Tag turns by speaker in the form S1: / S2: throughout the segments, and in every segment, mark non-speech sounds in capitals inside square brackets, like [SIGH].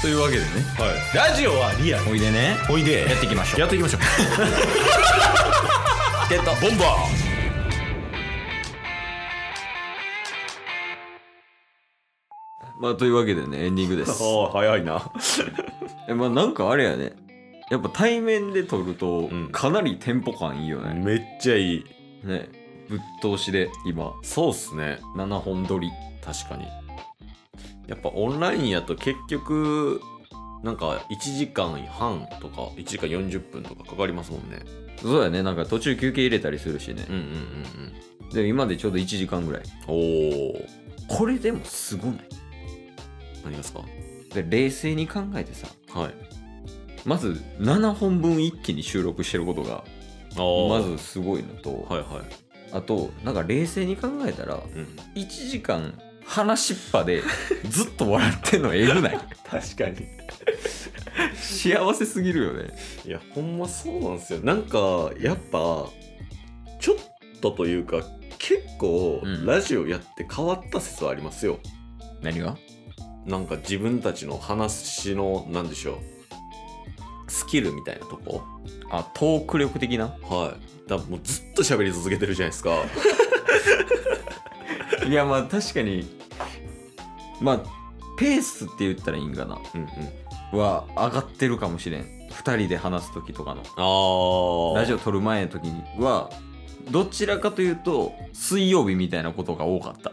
S1: というわけでね
S2: はい、ラジオはリアル
S1: おいでね
S2: おいで
S1: やっていきましょう
S2: やっていきましょう
S1: ゲット
S2: ボンバ
S1: まあというわけでねエンディングで
S2: [LAUGHS]
S1: す
S2: ーああ早いな
S1: えまあなんかあれやねやっぱ対面で撮ると
S2: うん
S1: かなりテンポ感いいよね,、
S2: めっちゃいい
S1: ねぶっ通しで今
S2: そうっすね
S1: 7本撮り
S2: 確かにやっぱオンラインやと結局なんか1時間半とか1時間40分とかかかりますもんね
S1: そうやねなんか途中休憩入れたりするしね
S2: うんうん
S1: で今でちょうど1時間ぐらい
S2: うんうんおお
S1: これでもすごない
S2: 何がですか
S1: で冷静に考えてさ
S2: はい
S1: まず7本分一気に収録してることが
S2: あ
S1: ま
S2: まず
S1: ずすごいのと、
S2: はいはい
S1: あとなんか冷静に考えたら
S2: うん
S1: 1時間話しっぱでずっと笑ってんのえぐ [LAUGHS] ない
S2: 確かに
S1: 幸せすぎるよね
S2: いやほんまそうなんですよなんかやっぱちょっとというか結構
S1: うん
S2: ラジオやって変わった説はありますよ、
S1: 何が
S2: なんか自分たちの話のなんでしょうスキルみたいなとこ
S1: あトーク力的な
S2: はいだもうずっと喋り続けてるじゃな
S1: [LAUGHS]
S2: いですかはい
S1: やまあ確かにまあペースって言ったらいいんかな
S2: うんうん
S1: は上がってるかもしれん2人で話す時とかの
S2: あ
S1: ラジ
S2: オ
S1: オ撮る前の時にはどちらかというと水曜日みたいなことが多かった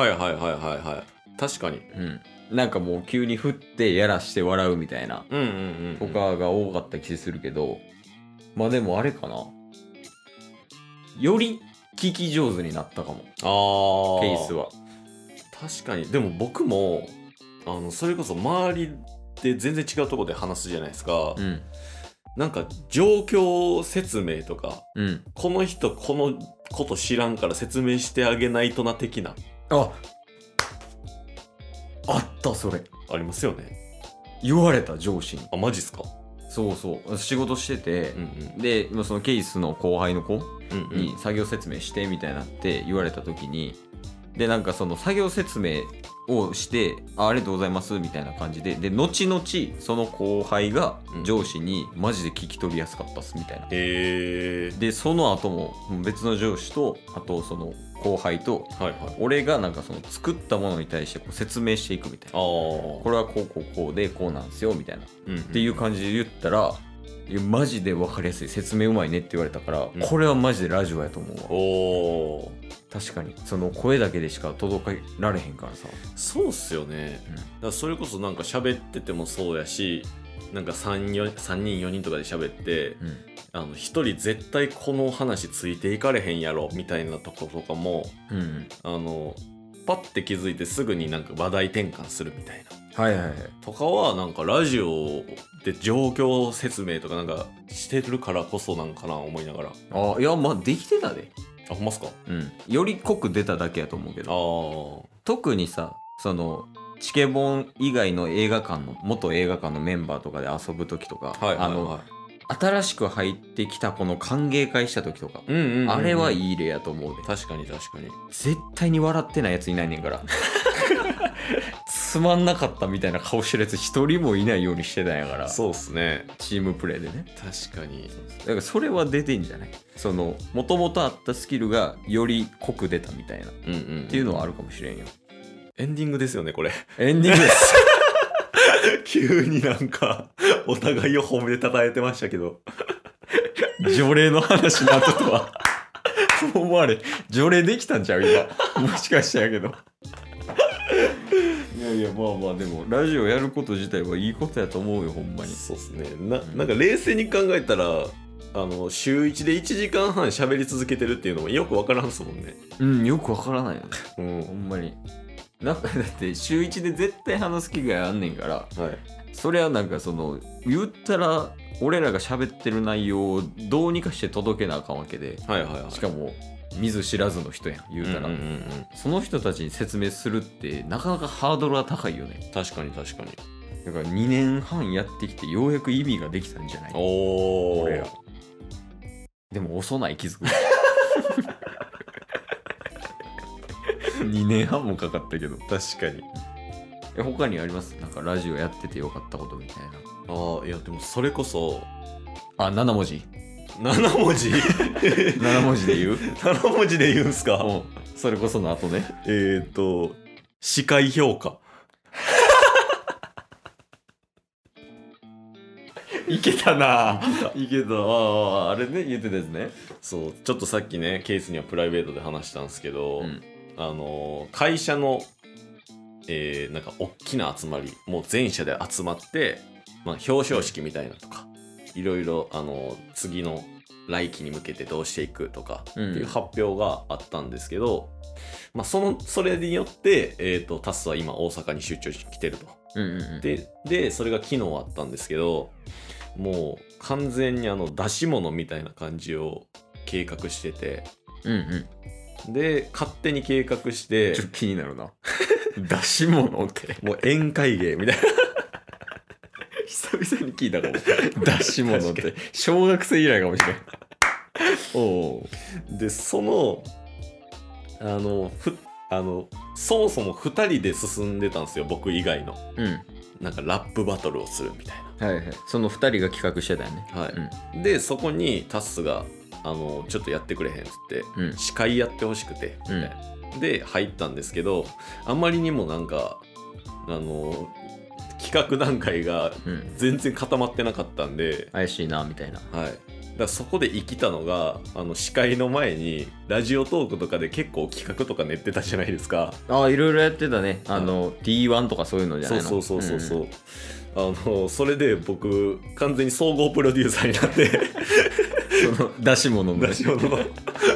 S2: はいはいはいはいはい確かに
S1: うんなんかもう急に振ってやらして笑うみたいな
S2: うんうんうん
S1: とかが多かった気するけど、まあでもあれかなより聞き上手になったかも
S2: あー
S1: ケースは
S2: 確かにでも僕もあのそれこそ周りで全然違うところで話すじゃないですか、
S1: うん
S2: なんか状況説明とか
S1: うん
S2: この人このこと知らんから説明してあげないとな的な
S1: ああったそれ
S2: ありますよね
S1: 言われた上司に
S2: あマジっすか
S1: そうそう仕事してて
S2: う、ん
S1: でまあそのケースの後輩の子
S2: うんうんうん
S1: に作業説明してみたいなって言われた時にでなんかその作業説明をしてあありがとうございますみたいな感じでで後々その後輩が
S2: うん
S1: 上司にマジで聞き取りやすかったっすみたいな
S2: え
S1: でその後も別の上司とあとその後輩と
S2: ー、はいはい
S1: 俺がなんかその作ったものに対してこう説明していくみたい
S2: あ
S1: な
S2: あ
S1: これはこうこうこうでこうなんですよみたいなっ
S2: れって
S1: いう感じで言ったらいやマジで分かりやすい説明うまいねって言われたから
S2: うん
S1: これはマジでラジオやと思うわ
S2: おおー
S1: 確かにその声だけでしか届けられへんからさ
S2: そうっすよね、
S1: うん
S2: だからそれこそなんか喋っててもそうやしなんか 3, よ3人4人とかで喋って
S1: う
S2: あの1人絶対この話ついていかれへんやろみたいなとことかも
S1: ん、うん、
S2: あのパッて気づいてすぐになんか話題転換するみたいな
S1: はいはいはい
S2: とかはなんかラジオで状況説明とかなんかしてるからこそなんかな思いながら
S1: あいやまあできてたで
S2: あほんまっすか
S1: うんより濃く出ただけやと思うけ
S2: あ
S1: ど
S2: ー
S1: 特にさそのチケボン以外の映画館の元映画館のメンバーとかで遊ぶ時とか、
S2: はいはい
S1: あの
S2: は
S1: 新しく入ってきたこの歓迎会した時とか、
S2: いうんうんうん
S1: あれはいいい例やと思うで
S2: 確かに確かに
S1: 絶対に笑ってないやついないねんから [LAUGHS] つまんなかったみたいな顔してるやつ一人もいないようにしてたんやから
S2: そうっすね
S1: チームプレーでね
S2: 確かに
S1: だからそれは出てんじゃないそのもともとあったスキルがより濃く出たみたいなっ
S2: うんうんってて
S1: い
S2: いうう
S1: のはあるかもし [LAUGHS] れんよ
S2: エンディングですよねこれ [LAUGHS]
S1: エンディングです
S2: 急になんかお互いを褒めてたたえてましたけど
S1: 除霊の話になったとはそう思わ [LAUGHS] れ除霊できたんちゃう今もしかしたやけどいやいやまあまあでもラジオやること自体はいいことやと思うよほんまに
S2: そうっすねななんか冷静に考えたらあの週1で1時間半喋り続けてるっていうのもよくわからんっすもんね
S1: うんよくわからないよね
S2: うん
S1: ほんまになんかだって週1で絶対話す機会あんねんから
S2: はい
S1: それはなんかその言ったら俺らが喋ってる内容をどうにかして届けなあかんわけで
S2: はいはいはい
S1: しかも見ず知らずの人やん言うたら、
S2: うんうんうん
S1: その人たちに説明するってなかなかハードルは高いよね
S2: 確かに確かに
S1: だから2年半やってきてようやく意味ができたんじゃない
S2: お
S1: 俺らでも遅ない気づく2年半もかかったけど
S2: 確かに
S1: え他にありますなんかラジオやっててよかったことみたいな
S2: ああいやでもそれこそ
S1: あ7文字
S2: 7文 [LAUGHS] 字
S1: 7文字で
S2: [LAUGHS]
S1: 言う
S2: 7文字で言うんすか
S1: うん [LAUGHS] それこその後ね
S2: えっ、ー、と視界評 [LAUGHS] 価
S1: いけたないけたあああれね言ってたやつね
S2: そうちょっとさっきねケースにはプライベートで話したんですけど、
S1: うん
S2: あのー会社のえーなんか大きな集まりもう全社で集まって、まあ、表彰式みたいなとかいろいろあのー次の来期に向けてどうしていくとかって
S1: うん
S2: いう発表があったんですけど、まあ、そのそれによって、えー、とタスは今大阪に出張してきてると。
S1: うんうんうん
S2: ででそれが昨日あったんですけどもう完全にあの出し物みたいな感じを計画してて
S1: うんうん
S2: で勝手に計画して
S1: ちょっと気になるな [LAUGHS] 出し物って
S2: もう宴会芸みたいな [LAUGHS]
S1: 久々に聞いたかも出し物っ
S2: 確
S1: て小学生以来かもしれんおお
S2: でそのあのふあのそもそも2人で進んでたんですよ僕以外の
S1: うん
S2: なんかラップバトルをするみたい
S1: はいはいその2人が企画してたよね
S2: なはい、
S1: うん
S2: でそこにタッスがあの「ちょっとやってくれへん」っつって
S1: うん
S2: 司会やってほしくて、
S1: うん
S2: で入ったんですけどあんまりにもなんかあの企画段階が
S1: うん
S2: 全然固まってなかったんで、
S1: 怪しいなみたいな
S2: はい、だからそこで生きたのがあの司会の前にラジオトークとかで結構企画とか練ってたじゃないですか。
S1: ああいろいろやってたねあの D1 とかそういうのじゃないの
S2: そうそうそうそうそうう、あのそれで僕完全に総合プロデューサーになって。 [LAUGHS]
S1: んその出し物の
S2: ラジオの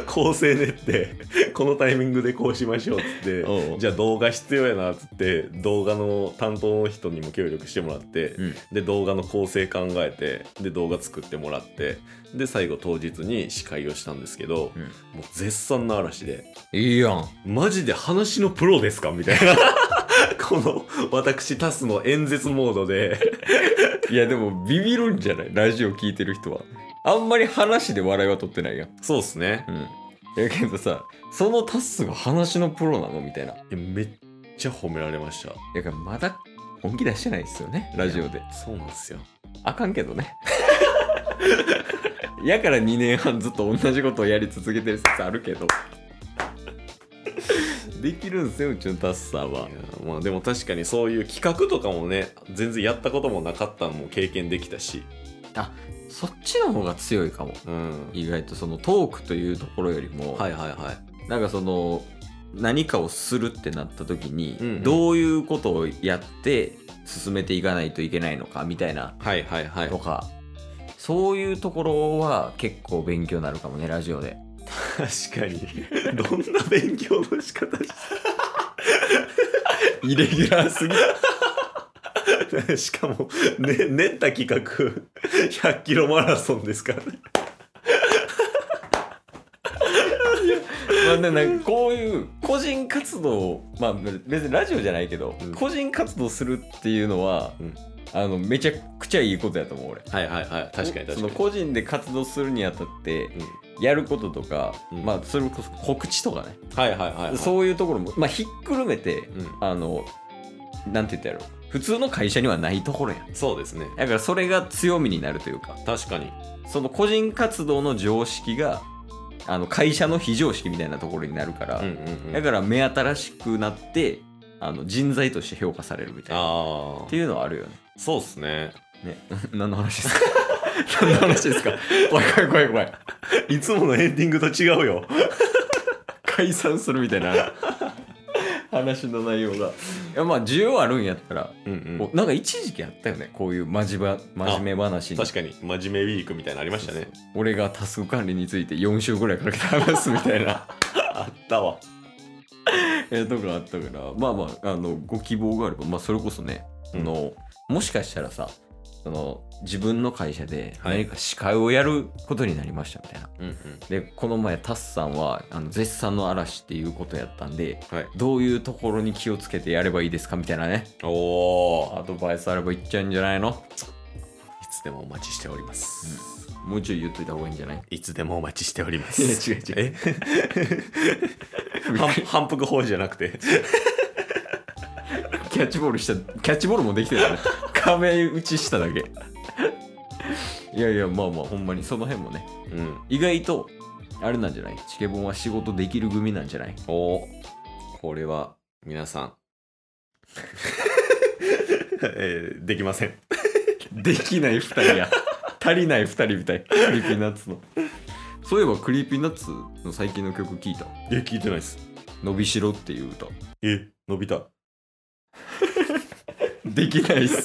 S2: 構成練ってこのタイミングでこうしましょうっつって
S1: おう
S2: じゃあ動画必要やなっつって動画の担当の人にも協力してもらって、
S1: うん
S2: で動画の構成考えてで動画作ってもらってで最後当日に司会をしたんですけど、
S1: うん
S2: もう絶賛の嵐で
S1: いいやん
S2: マジで話のプロですかみたいな [LAUGHS] この私タスの演説モードで
S1: いやでもビビるんじゃないラジオ聞いてる人はあんまり話で笑いは取ってないよ
S2: そうっすね
S1: うんやけどさそのタスが話のプロなのみたいない
S2: やめっちゃ褒められました
S1: だからまだ本気出してないですよねラジオで
S2: そうなんですよ
S1: あかんけどね [LAUGHS] やから2年半ずっと同じことをやり続けてる説あるけどできるんすようちのタスさんはい
S2: やーまあでも確かにそういう企画とかもね全然やったこともなかったのも経験できたし、
S1: そっちの方が強いかも
S2: うん、
S1: 意外とそのトークというところよりも、
S2: はいはいはい
S1: なんかその何かをするってなった時に、
S2: うんうん
S1: どういうことをやって進めていかないといけないのかみたいな
S2: はいはいはい
S1: とか、そういうところは結構勉強になるかもねラジオで
S2: 確かに [LAUGHS] どんな勉強の仕方し
S1: イレギュラーすぎ
S2: た [LAUGHS] しかも、ね、練った企画100キロマラソンですからね
S1: まあねなんかこういう個人活動をまあ別にラジオじゃないけど、
S2: うん
S1: 個人活動するっていうのは、
S2: うん
S1: あのめちゃくちゃいいことやと思う俺
S2: はいはいはい確かに確
S1: そ
S2: か
S1: の
S2: に
S1: 個人で活動するにあたって
S2: う
S1: やることとか、
S2: うん
S1: まあそれこそ告知とかね
S2: んはいはいはいはい
S1: そういうところも、まあ、ひっくるめて、
S2: うん、
S1: あの、なんて言ったやろ、普通の会社にはないところやん。
S2: そうですね
S1: だからそれが強みになるというか、
S2: 確かに
S1: その個人活動の常識が、あの会社の非常識みたいなところになるから、
S2: うんうん、う
S1: だ
S2: ん、
S1: から目新しくなって、あの人材として評価されるみたいな。っ
S2: あ
S1: ていうのはあるよね。
S2: あそうっすね
S1: ね [LAUGHS] 何の話ですか何の話です
S2: [LAUGHS]
S1: か怖い怖い怖い怖い。
S2: いつものエンディングと違うよ
S1: 解散するみたい [LAUGHS] な話の内容が。いやまあ需要あるんやったら、
S2: うん、うん
S1: こ、うなんか一時期あったよねこういう真面目真面目話に
S2: 確かに真面目ウィークみたいなのありましたね
S1: 俺がタスク管理について4週ぐらいかけて話すみたいな
S2: あったわ
S1: えとかあったからまあまああのご希望があれば、まあ、それこそね、
S2: うん
S1: あのもしかしたらさその自分の会社で
S2: はい
S1: 何か司会をやることになりましたみたいな、
S2: うんうん
S1: でこの前タスさんはあの絶賛の嵐っていうことやったんで
S2: はい
S1: どういうところに気をつけてやればいいですかみたいなね
S2: おお
S1: アドバイスあれば言っちゃうんじゃないの
S2: いつでもお待ちしております、
S1: もうちょい言っといた方がいいん [LAUGHS] じゃない
S2: いつでもお待ちしております
S1: いや違 [LAUGHS] う違
S2: う [LAUGHS] え反反復法じゃなくて
S1: キャッチボールしたキャッチボールもできてたね壁打ちしただけいやいやまあまあほんまにその辺もね
S2: うん。
S1: 意外とあれなんじゃないチケボンは仕事できる組なんじゃない
S2: おーこれは皆さん、 [LAUGHS] えーできません。
S1: できない2人や足りない2人みたいクリーピーナッツのそういえばクリーピーナッツの最近の曲聞いた
S2: え、聞いてないです。
S1: 「伸びしろ」っていう歌
S2: え、伸びた。
S1: できないっす